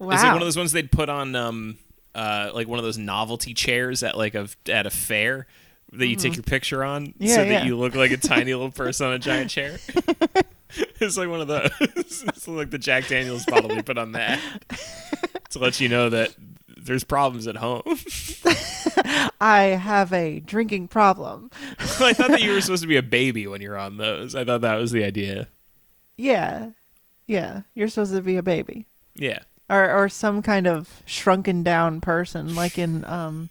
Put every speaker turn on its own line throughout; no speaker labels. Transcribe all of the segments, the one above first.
Is it one of those ones they'd put on um uh like one of those novelty chairs at like a at a fair that you take your picture on
Mm-hmm. Yeah,
so
yeah.
that you look like a tiny little person on a giant chair? it's like one of those. it's like the Jack Daniels bottle we put on that to let you know that there's problems at home.
I have a drinking problem.
I thought that you were supposed to be a baby when you're on those. I thought that was the idea.
Yeah. Yeah. You're supposed to be a baby.
Yeah.
Or or some kind of shrunken down person like in um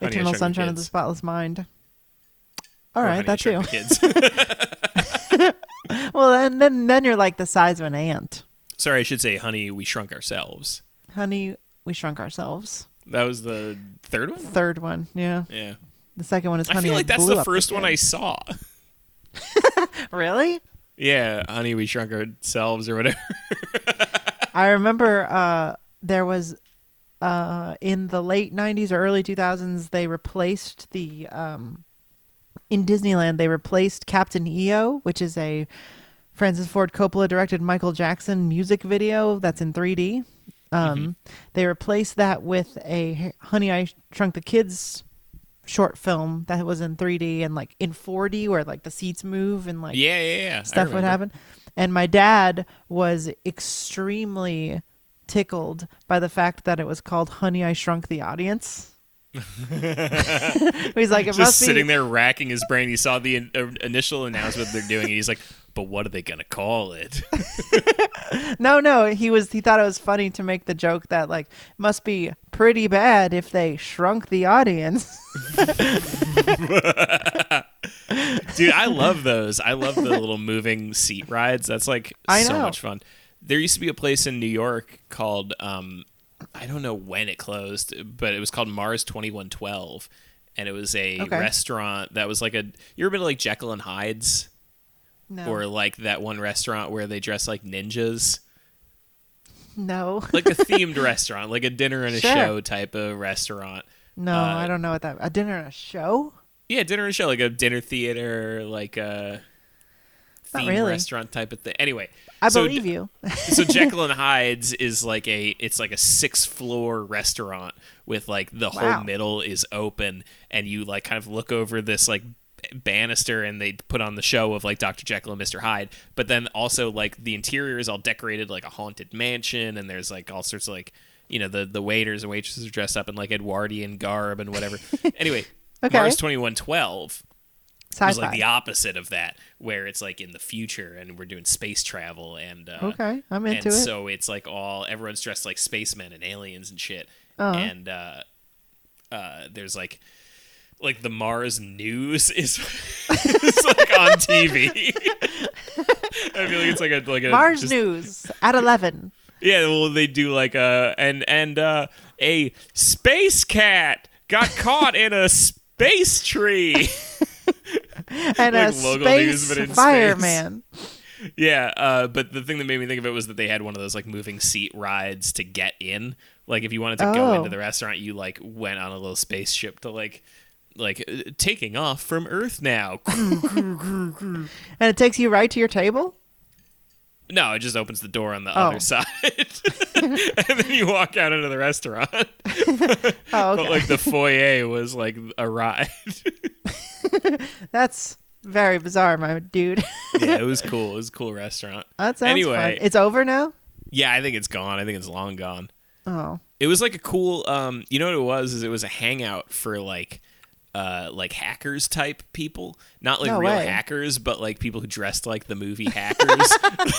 Honey, I
Eternal
Shrunk the
Sunshine of the
Kids.
Spotless Mind. All
Or
right,
Honey, I
that's you.
Shrunk the Kids.
Well, then, then then you're like the size of an ant.
Sorry, I should say, honey, we shrunk ourselves.
Honey, we shrunk ourselves.
That was the third one.
Third one, yeah.
Yeah.
The second one is
I
honey.
feel like that's
blew
the
up
first one I
kid.
saw.
really.
Yeah, honey, we shrunk ourselves or whatever.
I remember uh, there was uh, in the late '90s or early 2000s they replaced the um, in Disneyland they replaced Captain EO, which is a Francis Ford Coppola directed Michael Jackson music video that's in 3D. Um, They replaced that with a Honey I Shrunk the Kids short film that was in 3D and like in 4D where like the seats move and like
Yeah, yeah, yeah. I
stuff would
remember.
happen. And my dad was extremely tickled by the fact that it was called Honey I Shrunk the Audience. He's like, it
Just
must be.
sitting there racking his brain. He saw the in- uh, initial announcement they're doing, and he's like, "But what are they gonna call it?"
No, no, he was. He thought it was funny to make the joke that like must be pretty bad if they shrunk the audience.
Dude, I love those. I love the little moving seat rides. That's like
I
so
know.
much fun. There used to be a place in New York called um I don't know when it closed, but it was called Mars 2112 and it was a
Okay.
restaurant that was like a you ever been to like Jekyll and Hyde's
No,
or like that one restaurant where they dress like ninjas?
no,
Like a themed restaurant, like a dinner and a
Sure.
show type of restaurant.
no.
Uh,
I don't know what that. A dinner and a show.
Yeah, dinner and show, like a dinner theater, like a
Not
themed
really.
restaurant type of thing. Anyway,
I
so
believe you.
so Jekyll and Hyde's is like a it's like a six floor restaurant with like the whole
Wow.
middle is open and you like kind of look over this like banister and they put on the show of like Dr. Jekyll and Mr. Hyde but then also like the interior is all decorated like a haunted mansion and there's like all sorts of like you know the the waiters and waitresses are dressed up in like Edwardian garb and whatever anyway
Okay.
Mars 2112
Sci-fi.
was like the opposite of that where it's like in the future and we're doing space travel and uh,
okay, I'm
and
into it.
so it's like all everyone's dressed like spacemen and aliens and shit.
Uh-huh.
And uh, uh, there's like like the Mars news is is like on TV. I feel like it's like a like a
Mars
just-
News at eleven.
Yeah, well they do like a and and uh, a space cat got caught in a space tree.
and a
Like local news,
space
but in space.
fireman.
Yeah, uh, but the thing that made me think of it was that they had one of those like moving seat rides to get in. Like if you wanted to go
Oh.
into the restaurant, you like went on a little spaceship to like like uh, taking off from Earth now.
And it takes you right to your table.
no, it just opens the door on the
Oh.
other side, and then you walk out into the restaurant.
Oh, okay.
But like the foyer was like a ride.
That's very bizarre, my dude.
yeah, it was cool. It was a cool restaurant.
that sounds
Anyway.
fun. It's over now?
Yeah, I think it's gone. I think it's long gone.
Oh.
it was like a cool um you know what it was is it was a hangout for like uh like hackers type people not like
No
real
way.
hackers but like people who dressed like the movie hackers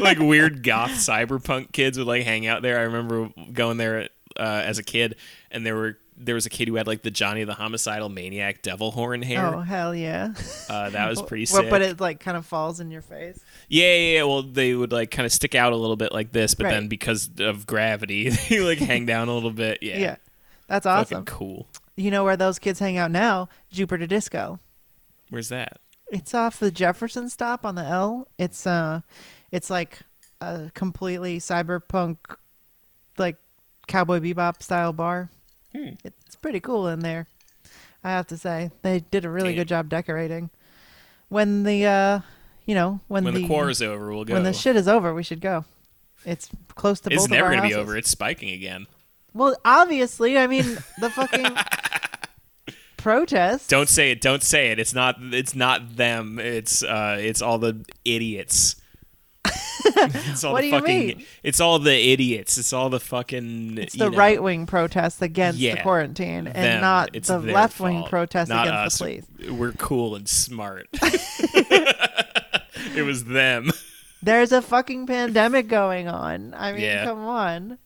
like, like weird goth cyberpunk kids would like hang out there i remember going there uh, as a kid and there were there was a kid who had like the johnny the homicidal maniac devil horn hair
Oh, hell yeah.
uh, that was pretty
Well,
sick
But it like kind of falls in your face.
yeah, yeah, yeah. Well, they would like kind of stick out a little bit like this, but
Right.
then because of gravity, they like hang down a little bit. Yeah,
Yeah. That's
Fucking
awesome.
cool.
You know where those kids hang out now? Jupiter Disco.
Where's that?
It's off the Jefferson stop on the L. It's uh it's like a completely cyberpunk like cowboy bebop style bar.
Hmm.
It's pretty cool in there. I have to say. They did a really
Damn.
good job decorating. When the uh you know, when,
When the, quar's over, we'll go.
when the shit is over, we should go. It's close to
It's
both of
never
our
gonna be
houses.
over. It's spiking again.
Well, obviously, I mean the fucking protest.
Don't say it. Don't say it. It's not. It's not them. It's uh. It's all the idiots. it's all
What
the
do you
fucking.
mean?
It's all the idiots. It's all the fucking.
It's the
you know,
right wing protests against the
Yeah,
quarantine and
them.
not
It's
the
their
left wing
fault.
protests
Not
against
us.
the police.
We're cool and smart. it was them.
There's a fucking pandemic going on. I mean,
Yeah.
come on.